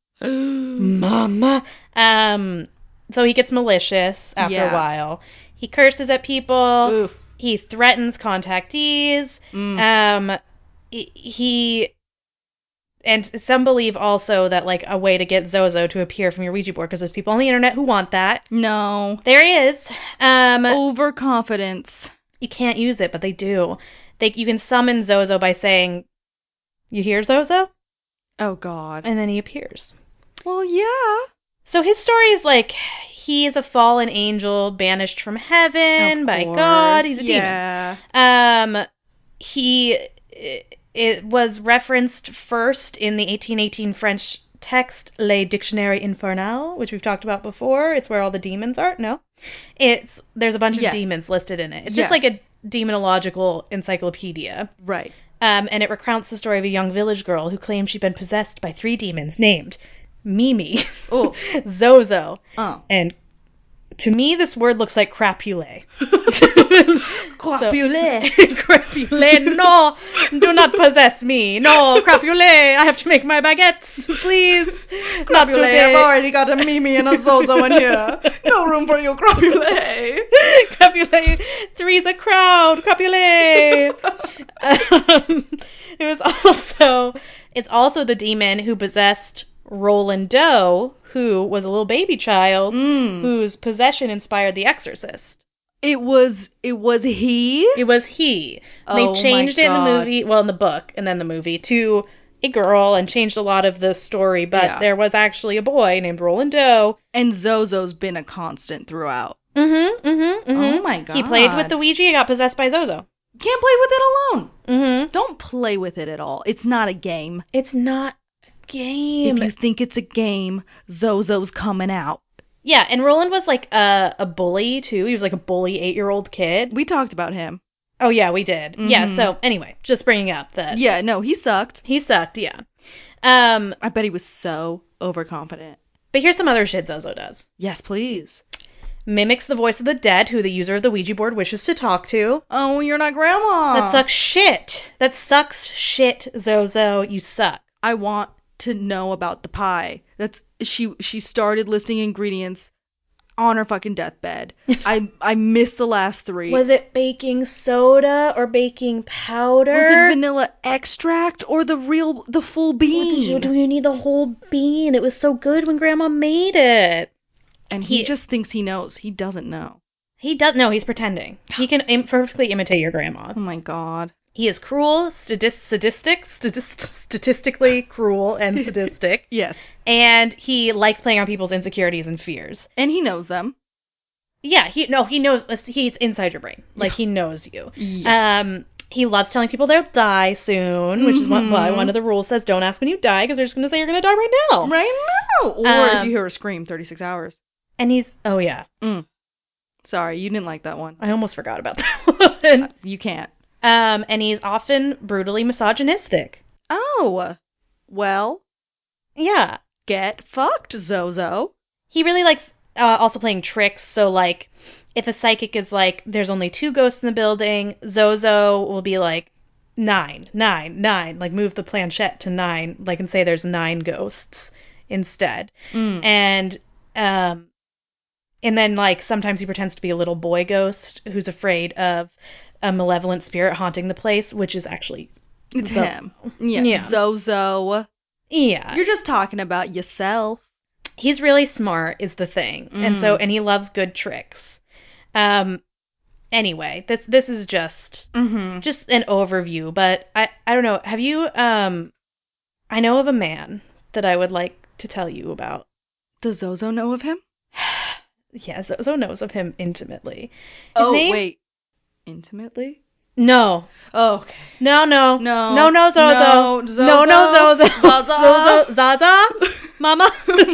mama. Um. So he gets malicious after
Yeah.
a while. He curses at people.
Oof. Mm.
He threatens contactees. Um. he- He. And some believe also that like a way to get Zozo to appear from your Ouija board because there's people on the internet who want that.
No.
There is. Um.
Overconfidence.
you can't use it, but they do. They you can summon Zozo by saying You hear Zozo?
Oh God.
And then he appears.
Well, yeah.
So his story is like he is a fallen angel banished from heaven
Of
by
course.
God. He's a
yeah.
demon. Um, he it, it was referenced first in the 1818 French text Le Dictionnaire Infernal, which we've talked about before. It's where all the demons are. No, it's there's a bunch of
Yes.
demons listed in it. It's just
Yes.
like a demonological encyclopedia.
Right.
Um, and it recounts the story of a young village girl who claimed she'd been possessed by three demons named Mimi,
Oh.
Zozo,
Oh.
and to me, this word looks like crapule.
Crapule.
crapule, no, do not possess me. No, crapule, I have to make my baguettes, please. Not today.
I've already got a Mimi and a Zozo in here. No room for you, Crapule.
Crapule, three's a crowd. Crapule. um, it was also it's also the demon who possessed Roland Doe, who was a little baby child
Mm.
whose possession inspired The Exorcist.
It was. It was he.
It was he.
Oh, my
they changed it in the
God.
movie, well, in the book and then the movie to a girl and changed a lot of the story, but
Yeah.
there was actually a boy named Roland Doe.
And Zozo's been a constant throughout.
Mm-hmm. Mm-hmm.
Oh my God.
He played with the Ouija, got possessed by Zozo.
Can't play with it alone.
Mm-hmm.
Don't play with it at all. It's not a game.
It's not a game.
If you think it's a game, Zozo's coming out.
yeah, and Roland was like a, a bully too. He was like a bully eight year old kid.
We talked about him.
Oh, yeah, we did. Yeah, so anyway, just bringing up that
Mm-hmm. Yeah, no, he sucked.
he sucked, yeah. Um,
I bet he was so overconfident.
but here's some other shit Zozo does
Yes, please.
mimics the voice of the dead who the user of the Ouija board wishes to talk to.
Oh, you're not grandma.
That sucks shit. That sucks shit, Zozo. You suck.
I want to know about the pie. That's she she started listing ingredients on her fucking deathbed. I I missed the last three.
Was it baking soda or baking powder?
Was it vanilla extract or the real the full bean?
Did you, do you need the whole bean? It was so good when Grandma made it.
and he,
He-
just thinks he knows. He doesn't know.
He does. No, he's pretending. He can Im- perfectly imitate your grandma.
Oh my god.
He is cruel, sadis- sadistic, sadist- statistically cruel and sadistic,
Yes.
and he likes playing on people's insecurities and fears.
And he knows them.
Yeah, he no, he knows. He's inside your brain. Like he knows you. Um, he loves telling people they'll die soon, which is one, why one of the rules says don't ask when you die because they're just going to say you're going to die right now.
Right now. Or if
Um,
you hear her scream 36 hours.
And he's oh yeah,
Sorry, you didn't like that one.
I almost forgot about that one.
You can't.
Um, and he's often brutally misogynistic.
Oh. Well,
Yeah.
get fucked, Zozo.
He really likes uh, also playing tricks. So, like, if a psychic is like, there's only two ghosts in the building, Zozo will be like, nine, nine, nine, like move the planchette to nine, like, and say there's nine ghosts instead. And, um, and then, like, sometimes he pretends to be a little boy ghost who's afraid of a malevolent spirit haunting the place, which is actually,
It's
Zo-
him. Yeah.
Yeah.
Zozo.
yeah.
You're just talking about yourself.
he's really smart is the thing and
Mm.
so and he loves good tricks um anyway this this is just
Mm-hmm.
just an overview but i i don't know have you um i know of a man that i would like to tell you about
Does Zozo know of him?
yeah zozo knows of him intimately
oh,
name-
wait. Intimately?
no
Oh, okay.
no no
No.
no no zozo
No,
no no
Zozo.
zozo
Zaza.
zozo zaza mama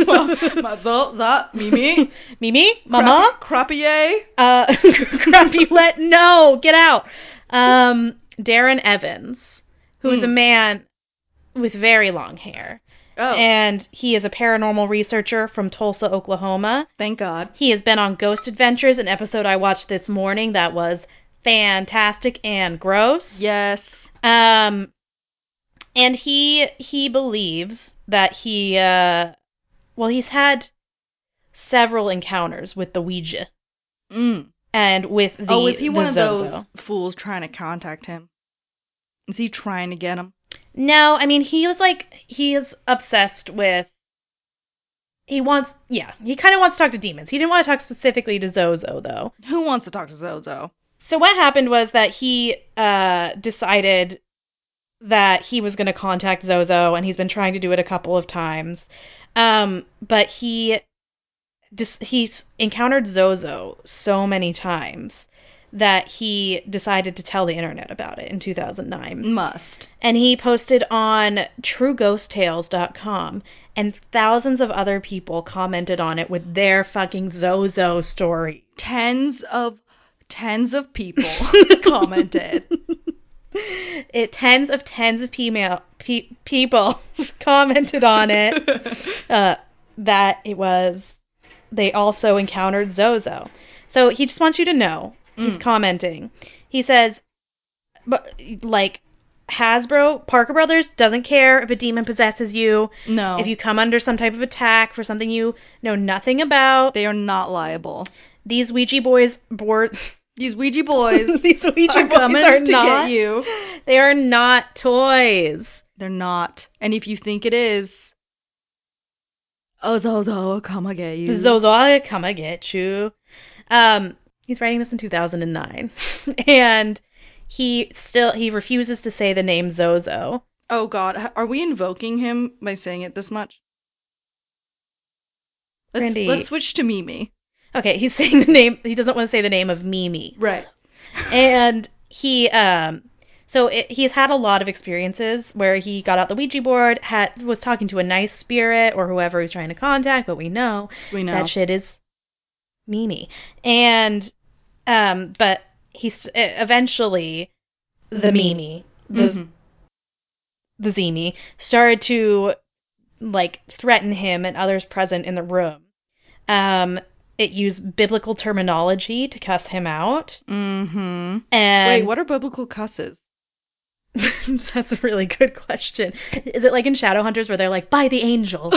Ma- Zozo, Mimi,
mimi mama
Crapier.
uh crappy let no get out um darren evans who is a man with very long hair
Oh,
and he is a paranormal researcher from tulsa oklahoma
thank God.
he has been on ghost adventures an episode i watched this morning that was fantastic and gross
Yes.
um and he he believes that he uh well he's had several encounters with the ouija
Mm.
and with the
oh, is he
the
one of
Zozo.
those fools trying to contact him? Is he trying to get him?
No, I mean he was like he is obsessed with. He wants, yeah, he kind of wants to talk to demons. He didn't want to talk specifically to Zozo though.
Who wants to talk to Zozo?
So what happened was that he uh, decided that he was going to contact Zozo, and he's been trying to do it a couple of times. Um, but he dis- he's encountered Zozo so many times that he decided to tell the internet about it in 2009
Must.
and he posted on trueghosttales.com and thousands of other people commented on it with their fucking zozo story
Tens of tens of people commented.
it tens of tens of female pe- people commented on it uh, that it was they also encountered zozo so he just wants you to know he's commenting he says but like hasbro parker brothers doesn't care if a demon possesses you
No.
If you come under some type of attack for something you know nothing about,
they are not liable.
these Ouija boys board
These Ouija boys
these Ouija
are
boys
coming
are
to
not
get you.
they are not toys.
They're not. And if you think it is, oh Zozo will come and get you.
Zozo, I'll come and get you. Um, he's writing this in 2009, and he still he refuses to say the name Zozo.
oh God, H- are we invoking him by saying it this much? Let's,
Brandy.
let's switch to Mimi.
Okay, he's saying the name. He doesn't want to say the name of Mimi.
Right.
and he um so it, he's had a lot of experiences where he got out the ouija board had was talking to a nice spirit or whoever he's trying to contact but we know
We know.
that shit is mimi and um but he's eventually the mimi the
Mhm.
the zimi started to like threaten him and others present in the room um it used biblical terminology to cuss him out
Mm-hmm.
and
Wait, what are biblical cusses?
That's a really good question. Is it like in Shadowhunters where they're like, by the angel?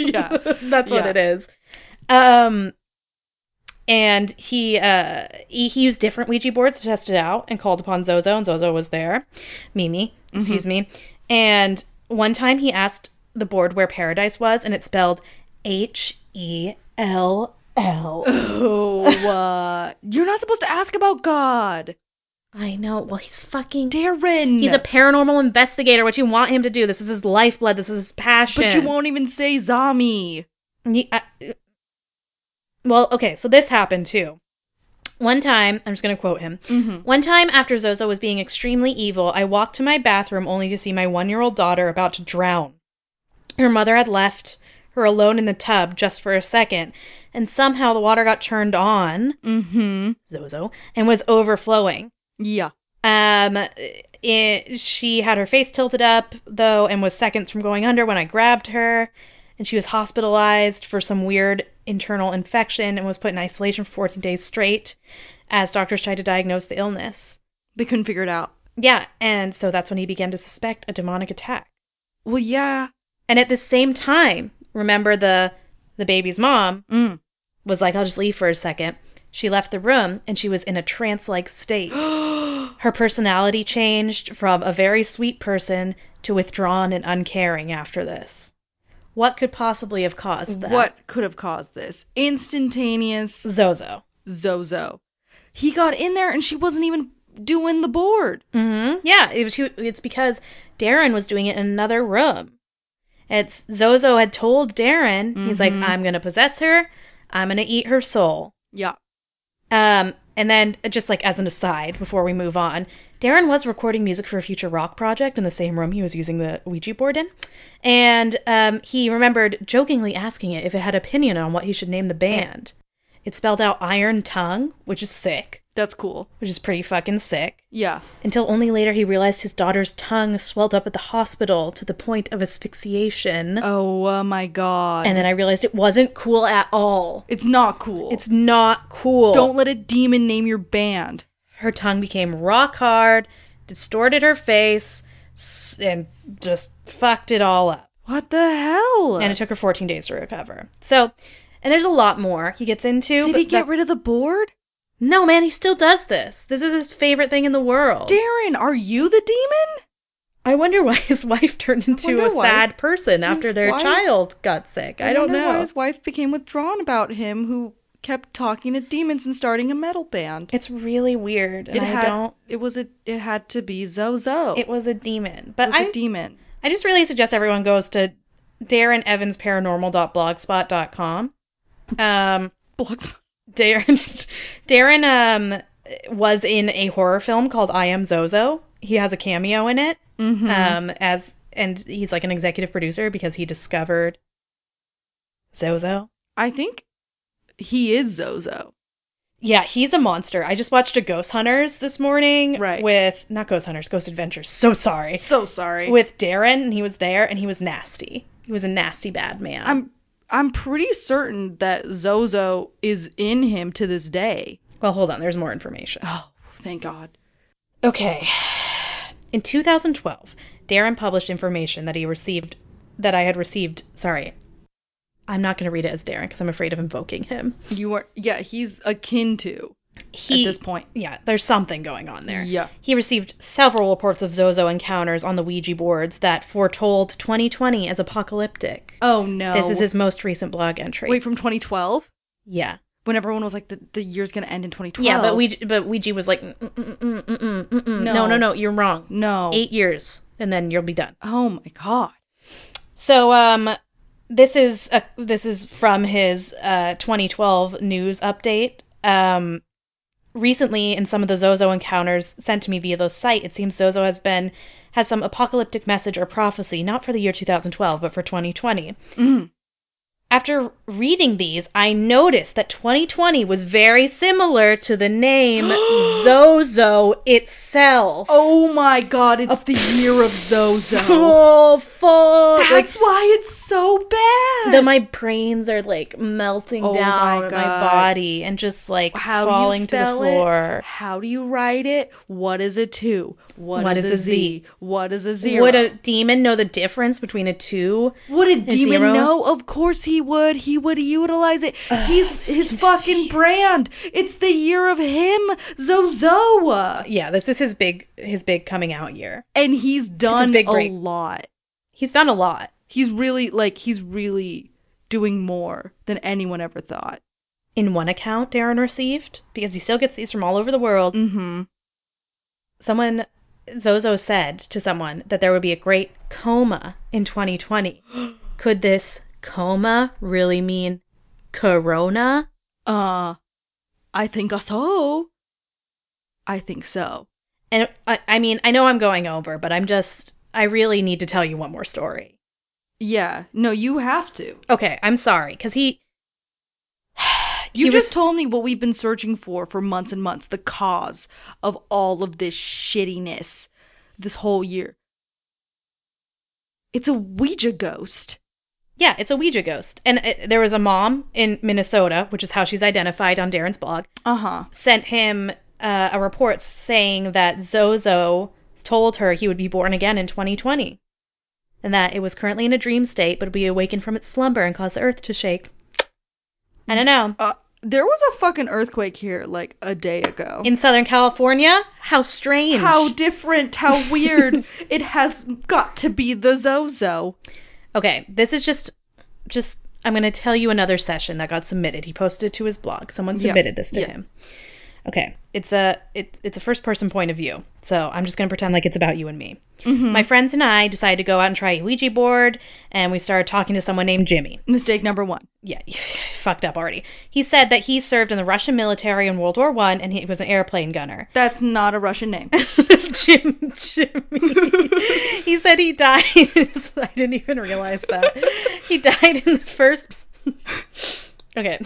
Yeah.
That's what
Yeah.
it is. Um, and he, uh, he he used different Ouija boards to test it out and called upon Zozo, and Zozo was there. Mimi, excuse me. And one time he asked the board where paradise was, and it spelled H E L L.
Oh, uh, you're not supposed to ask about God,
I know. Well, he's fucking
Darren.
He's a paranormal investigator. What you want him to do? This is his lifeblood. This is his passion.
but you won't even say zombie.
Ye- I- well, okay. So this happened too. One time, I'm just going to quote him.
Mm-hmm.
One time after Zozo was being extremely evil, I walked to my bathroom only to see my one year old daughter about to drown. Her mother had left her alone in the tub just for a second, and somehow the water got turned on,
Mm-hmm.
Zozo, and was overflowing.
Yeah.
Um, it, she had her face tilted up though, and was seconds from going under when I grabbed her, and she was hospitalized for some weird internal infection and was put in isolation for 14 days straight, as doctors tried to diagnose the illness.
They couldn't figure it out.
Yeah, and so that's when he began to suspect a demonic attack.
Well, yeah.
And at the same time, remember the the baby's mom
Mm.
was like, "I'll just leave for a second. She left the room, and she was in a trance-like state. Her personality changed from a very sweet person to withdrawn and uncaring after this. What could possibly have caused that?
What could have caused this? Instantaneous
Zozo.
Zozo. He got in there and she wasn't even doing the board.
hmm Yeah, it was. It's because Darren was doing it in another room. It's Zozo had told Darren, he's like, "I'm gonna possess her. I'm gonna eat her soul."
Yeah.
Um, and then uh, just like as an aside before we move on, Darren was recording music for a future rock project in the same room he was using the Ouija board in, and um, he remembered jokingly asking it if it had opinion on what he should name the band. It spelled out Iron Tongue, which is sick,
That's cool.
which is pretty fucking sick.
Yeah.
Until only later he realized his daughter's tongue swelled up at the hospital to the point of asphyxiation,
Oh uh, my god.
and then I realized it wasn't cool at all.
it's not cool.
It's not cool.
Don't let a demon name your band.
Her tongue became rock hard, distorted her face, s- and just fucked it all up.
What the hell?
And it took her 14 days to recover. So, and there's a lot more he gets into.
Did
but
he get
that-
rid of the board?
No, man, he still does this. This is his favorite thing in the world.
Darren, are you the demon?
I wonder why his wife turned into a
wonder why
sad person after their
wife-
child got sick. I, don't
wonder
know.
why his wife became withdrawn about him, who kept talking to demons and starting a metal band.
It's really weird. And
it
I
had
don't.
it was a it had to be Zozo.
It
It
was a demon. But
was a
I,
demon.
I just really suggest everyone goes to Darren Evans Paranormal.blogspot.com. Um,
Blogspot.
Darren Darren um was in a horror film called I Am Zozo. He has a cameo in it.
Mm-hmm.
Um as and he's like an executive producer because he discovered Zozo.
I think he is Zozo.
Yeah, he's a monster. I just watched a Ghost Hunters this morning
Right.
with not Ghost Hunters, Ghost Adventures. So sorry.
So sorry.
With Darren and he was there and he was nasty. He was a nasty bad man.
I'm I'm pretty certain that Zozo is in him to this day.
well, hold on. There's more information.
Oh, thank God.
Okay. In 2012, Darren published information that he received, that I had received. Sorry. I'm not going to read it as Darren because I'm afraid of invoking him.
You are yeah, he's akin to
He,
at this point.
Yeah, there's something going on there.
Yeah.
He received several reports of Zozo encounters on the Ouija boards that foretold 2020 as apocalyptic.
Oh no.
This is his most recent blog entry.
Wait, from 2012?
yeah.
When everyone was like the, the year's going to end in 2012.
Yeah, but Ouija, but Ouija was like, "Mm, mm, mm, mm, mm, mm, mm." no. no,
Oh. No.
no, you're wrong.
No.
Eight years, and then you'll be done.
Oh my god.
So um this is a, this is from his uh 2012 news update. Um recently in some of the Zozo encounters sent to me via the site, it seems Zozo has been has some apocalyptic message or prophecy not for the year 2012 but for 2020.
Mm-hmm.
After reading these, I noticed that 2020 was very similar to the name Zozo itself.
Oh my god, it's the year of Zozo.
Awful. Like,
That's why it's so bad.
that my brains are like melting
Oh my
down my,
God.
body and just like
How do you
falling to the
spell it?
floor.
How do you write it? What is a 2?
What
is,
is
a
a
Z? What is a 0?
Would a demon know the difference between a two?
Would a demon
zero?
know? Of course he would. He would utilize it. He's his fucking brand. It's the year of him, Zozoa.
Yeah, this is his big his big coming out year.
And he's done
big
a
break.
lot.
He's done a lot.
He's really like he's really doing more than anyone ever thought.
In one account, Darren received because he still gets these from all over the world.
Mm-hmm.
Someone Zozo said to someone that there would be a great coma in 2020. Could this coma really mean corona?
Uh I think so. I think so.
And I, I mean, I know I'm going over, but I'm just, I really need to tell you one more story.
Yeah. No, you have to.
Okay, I'm sorry, because he.
You
he
just
was,
told me what we've been searching for for months and months the cause of all of this shittiness this whole year. It's a Ouija ghost.
yeah, it's a Ouija ghost. And uh there was a mom in Minnesota, which is how she's identified on Darren's blog,
Uh huh.
sent him uh, a report saying that Zozo told her he would be born again in 2020 and that it was currently in a dream state, but would be awakened from its slumber and cause the earth to shake. I don't know.
Uh, there was a fucking earthquake here like a day ago.
In Southern California? How strange.
how different, how weird. it has got to be the Zozo.
Okay, this is just just I'm going to tell you another session that got submitted. He posted it to his blog. Someone submitted this to
Yes.
him. Okay, it's a it, it's a first person point of view. So I'm just going to pretend like it's about you and me. My friends and I decided to go out and try a Ouija board, and we started talking to someone named Jimmy.
Mistake number one.
Yeah, fucked up already. He said that he served in the Russian military in World War One, and he was an airplane gunner.
That's not a Russian name.
Jim, Jimmy. he said he died. I didn't even realize that. He died in the first. okay.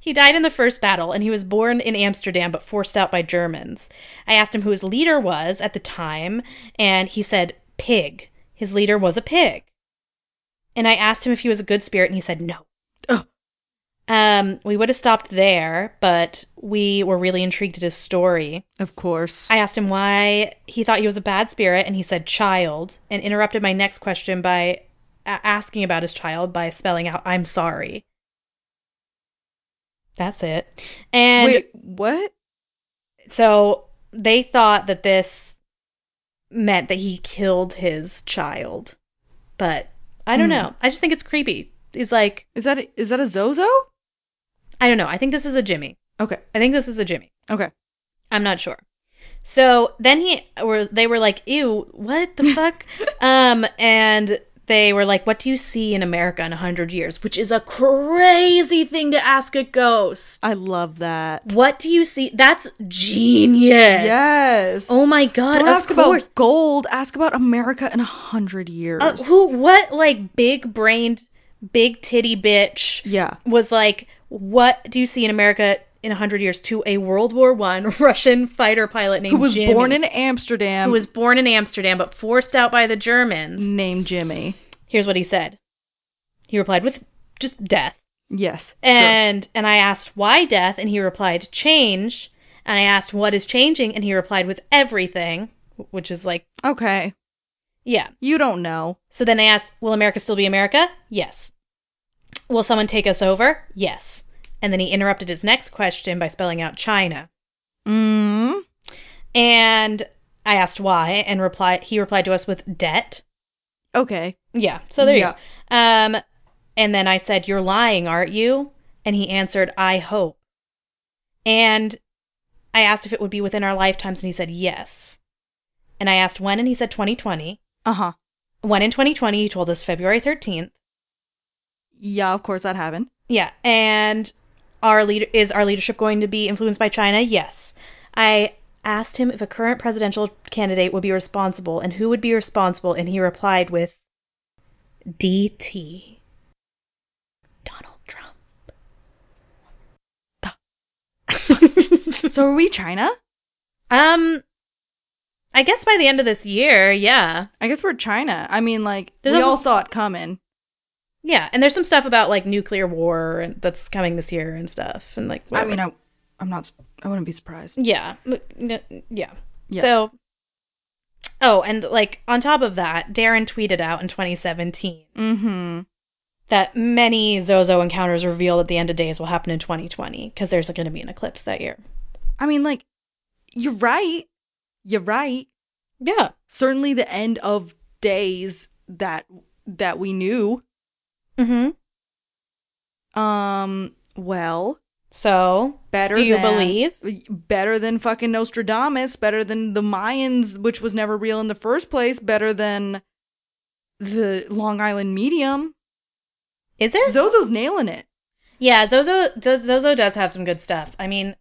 He died in the first battle and he was born in Amsterdam but forced out by Germans. I asked him who his leader was at the time and he said pig. His leader was a pig. And I asked him if he was a good spirit and he said no.
Ugh.
Um, we would have stopped there, but we were really intrigued at his story.
of course.
I asked him why he thought he was a bad spirit, and he said child, and interrupted my next question by a- asking about his child by spelling out, I'm sorry. That's it. And
Wait, what?
so they thought that this meant that he killed his child. But I don't know. I just think it's creepy. He's like,
Is that a, is that a Zozo?
I don't know. I think this is a Jimmy.
Okay.
I think this is a Jimmy.
Okay.
I'm not sure. So then he or they were like, "Ew, what the fuck?" um, and they were like, "What do you see in America in hundred years?" Which is a crazy thing to ask a ghost.
I love that.
What do you see? That's genius.
Yes.
Oh my god.
Don't
of
ask
course.
about gold. Ask about America in a hundred years.
Uh, who? What? Like big brained, big titty bitch.
Yeah.
was like, "What do you see in America in hundred years?" To a World War One Russian fighter pilot named
Who was
Jimmy,
born in Amsterdam?
who was born in Amsterdam but forced out by the Germans.
named Jimmy?
Mm. Here's what he said. He replied with just death,
Yes. sure.
and and I asked why death, and he replied change. And I asked what is changing, and he replied with everything, which is like,
okay.
yeah.
You don't know.
So then I asked, will America still be America? Yes. Will someone take us over? Yes. And then he interrupted his next question by spelling out China.
Mm.
And I asked why, and reply he replied to us with debt.
Okay.
Yeah, so there you go. Um, and then I said, "You're lying, aren't you?" And he answered, "I hope." And I asked if it would be within our lifetimes, and he said yes. And I asked when, and he said 2020.
Uh huh.
When in 2020, he told us February 13th.
Yeah. Of course that happened.
Yeah, and our leader is our leadership going to be influenced by China? Yes. I asked him if a current presidential candidate would be responsible and who would be responsible, and he replied with DT Donald Trump.
so are we China?
Um I guess by the end of this year, yeah.
I guess we're China. I mean, like
There's
we
also-
all saw it coming.
Yeah, and there's some stuff about like nuclear war and that's coming this year and stuff and like
I
whatever.
mean, I, I'm not. I wouldn't be surprised.
Yeah. N- n- Yeah.
Yeah.
So Oh, and like on top of that, Darren tweeted out in 2017
Mm-hmm.
that many Zozo encounters revealed at the end of days will happen in 2020 because there's going to be an eclipse that year.
I mean, like you're right. You're right.
Yeah.
Certainly, the end of days that that we knew.
Mm-hmm.
Um. Well,
So
better.
Do you
than-
believe?
Better than fucking Nostradamus. Better than the Mayans, which was never real in the first place. Better than the Long Island medium.
Is there?
Zozo's nailing it.
yeah, Zozo does, Zozo does have some good stuff. I mean,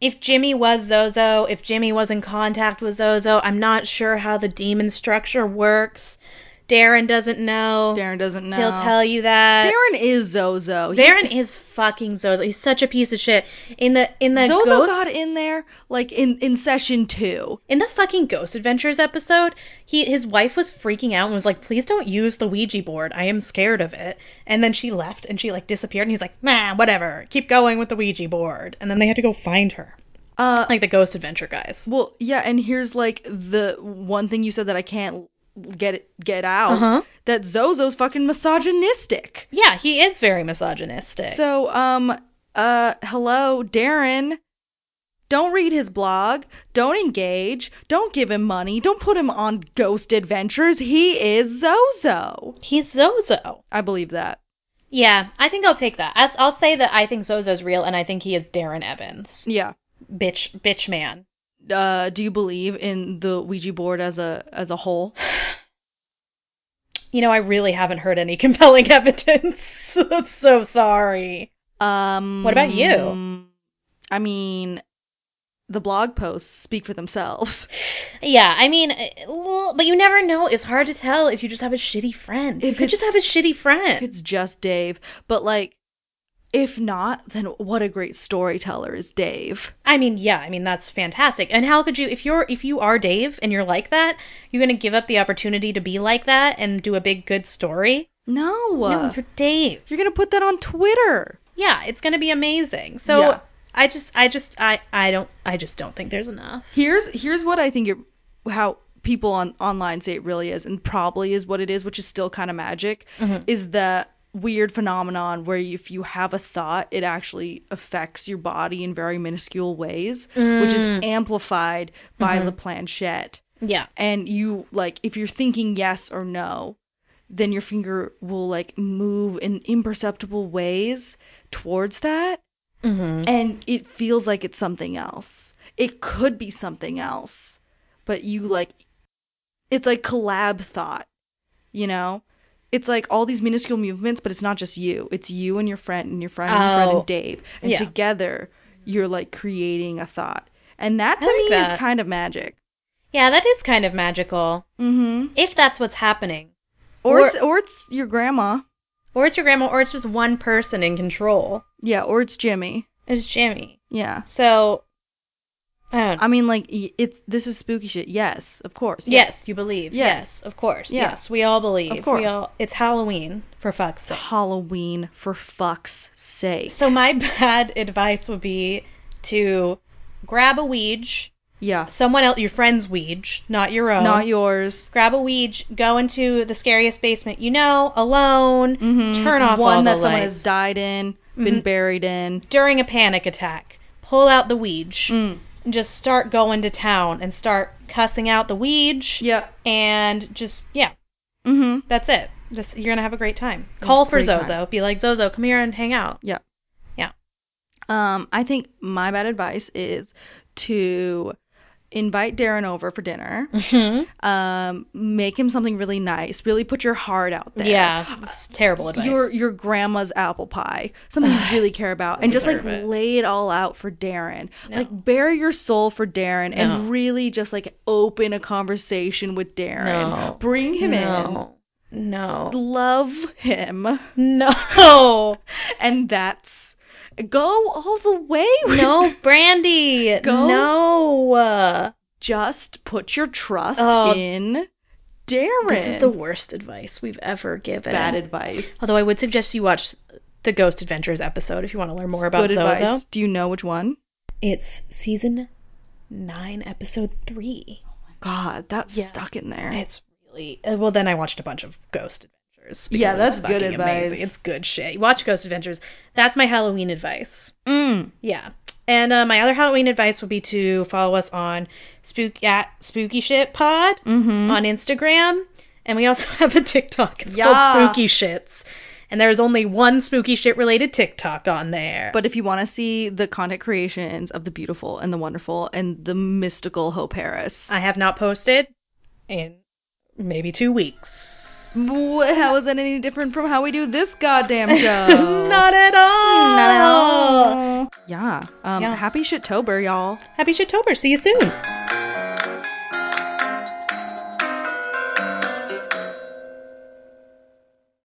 if Jimmy was Zozo, if Jimmy was in contact with Zozo, I'm not sure how the demon structure works. Darren doesn't know.
Darren doesn't know.
He'll tell you that.
Darren is Zozo. He-
Darren is fucking Zozo. He's such a piece of shit. In the in the
Zozo
ghost,
got in there like in in session two.
in the fucking Ghost Adventures episode, he his wife was freaking out and was like, "Please don't use the Ouija board. I am scared of it." And then she left and she like disappeared and he's like, "Man, whatever. Keep going with the Ouija board." And then they had to go find her.
Uh,
Like the Ghost Adventure guys.
well, yeah, and here's like the one thing you said that I can't get it, get out
Uh-huh.
that Zozo's fucking misogynistic.
Yeah, he is very misogynistic.
So, um, uh, hello, Darren. Don't read his blog. Don't engage. Don't give him money. Don't put him on ghost adventures. He is Zozo.
he's Zozo.
I believe that.
Yeah, I think I'll take that. I, I'll say that I think Zozo's real and I think he is Darren Evans.
Yeah.
Bitch, bitch man.
Uh, do you believe in the Ouija board as a as a whole?
You know, I really haven't heard any compelling evidence. I'm so sorry.
Um,
What about you?
I mean, the blog posts speak for themselves.
Yeah, I mean, uh, well, but you never know. It's hard to tell if you just have a shitty friend.
If
you could just
it's-
have a shitty friend.
it's just Dave, but like, if not, then what a great storyteller is Dave.
I mean, yeah, I mean that's fantastic. And how could you if you're if you are Dave and you're like that, you're going to give up the opportunity to be like that and do a big good story?
No,
No, you're Dave.
you're gonna put that on Twitter.
Yeah, it's going to be amazing. So
Yeah.
I just I just I I don't I just don't think there's enough.
Here's here's what I think it how people on online say it really is, and probably is what it is, which is still kind of magic, is the weird phenomenon where if you have a thought, it actually affects your body in very minuscule ways, which is amplified by the planchette.
Yeah.
And you like if you're thinking yes or no, then your finger will like move in imperceptible ways towards that
Mm-hmm.
and it feels like it's something else. It could be something else, but you like it's like collab thought, you know? It's like all these minuscule movements, but it's not just you. It's you and your friend and your friend and your friend
Oh.
and Dave. And
Yeah.
together you're like creating a thought. And that to
I
me
like
is
that.
kind of magic.
Yeah, that is kind of magical.
Mm-hmm.
If that's what's happening.
Or,
Or-
it's, or it's your grandma.
Or it's your grandma, or it's just one person in control.
Yeah, or it's Jimmy.
It's Jimmy.
Yeah.
So, I don't know.
I mean like y- it's this is spooky shit. Yes, of course. Yeah.
Yes, you believe.
Yes.
Yes, of course.
Yeah.
Yes, we all believe.
Of course.
We all, it's Halloween, for fuck's sake.
Halloween for fuck's sake.
So, my bad advice would be to grab a Ouija,
yeah,
someone else, your friend's Ouija, not your own.
not yours.
grab a Ouija, go into the scariest basement you know, alone, turn off all
Mm-hmm. One
the
that someone
lights. Mm-hmm.
has died in, been buried in.
during a panic attack, pull out the Ouija and just start going to town and start cussing out the Ouija.
Yeah.
And just, yeah,
Mm-hmm.
that's it. Just, you're going to have a great time. Call for
great time.
Zozo. Be like, Zozo, come here and hang out.
Yeah.
Yeah.
Um, I think my bad advice is to invite Darren over for dinner.
Mm-hmm.
Um, make him something really nice. Really put your heart out there.
Yeah. It's terrible advice.
Your your grandma's apple pie, something you really care about, and just like
deserve it.
lay it all out for Darren. Like bury your soul for Darren, and
No.
really just like open a conversation with Darren.
No.
Bring him in.
no. No.
love him
No.
and that's go all the way with
No, Brandy.
Go.
No.
just put your trust
Oh.
in Darren.
This is the worst advice we've ever given.
bad advice.
Although I would suggest you watch the Ghost Adventures episode if you want to learn more about
Good
Zozo.
advice. Do you know which one?
It's season nine, episode three.
God, that's
Yeah.
stuck in there.
It's really uh, well. Then I watched a bunch of Ghost Adventures. because
Yeah,
it
that's
was
good
fucking
advice.
It's good shit. Watch Ghost Adventures. That's my Halloween advice.
Mm.
Yeah. And uh, my other Halloween advice would be to follow us on spook at Spooky Shit Pod
Mm-hmm.
on Instagram, and we also have a TikTok. It's
Yeah.
called Spooky Shits, and there is only one spooky shit related TikTok on there.
But if you want to see the content creations of the beautiful and the wonderful and the mystical Hope Harris,
I have not posted in maybe two weeks.
Wh- how is that any different from how we do this goddamn show?
Not at all.
Not at all. Yeah. Um,
Yeah.
Happy shit tober, y'all.
Happy Shittober. See you soon.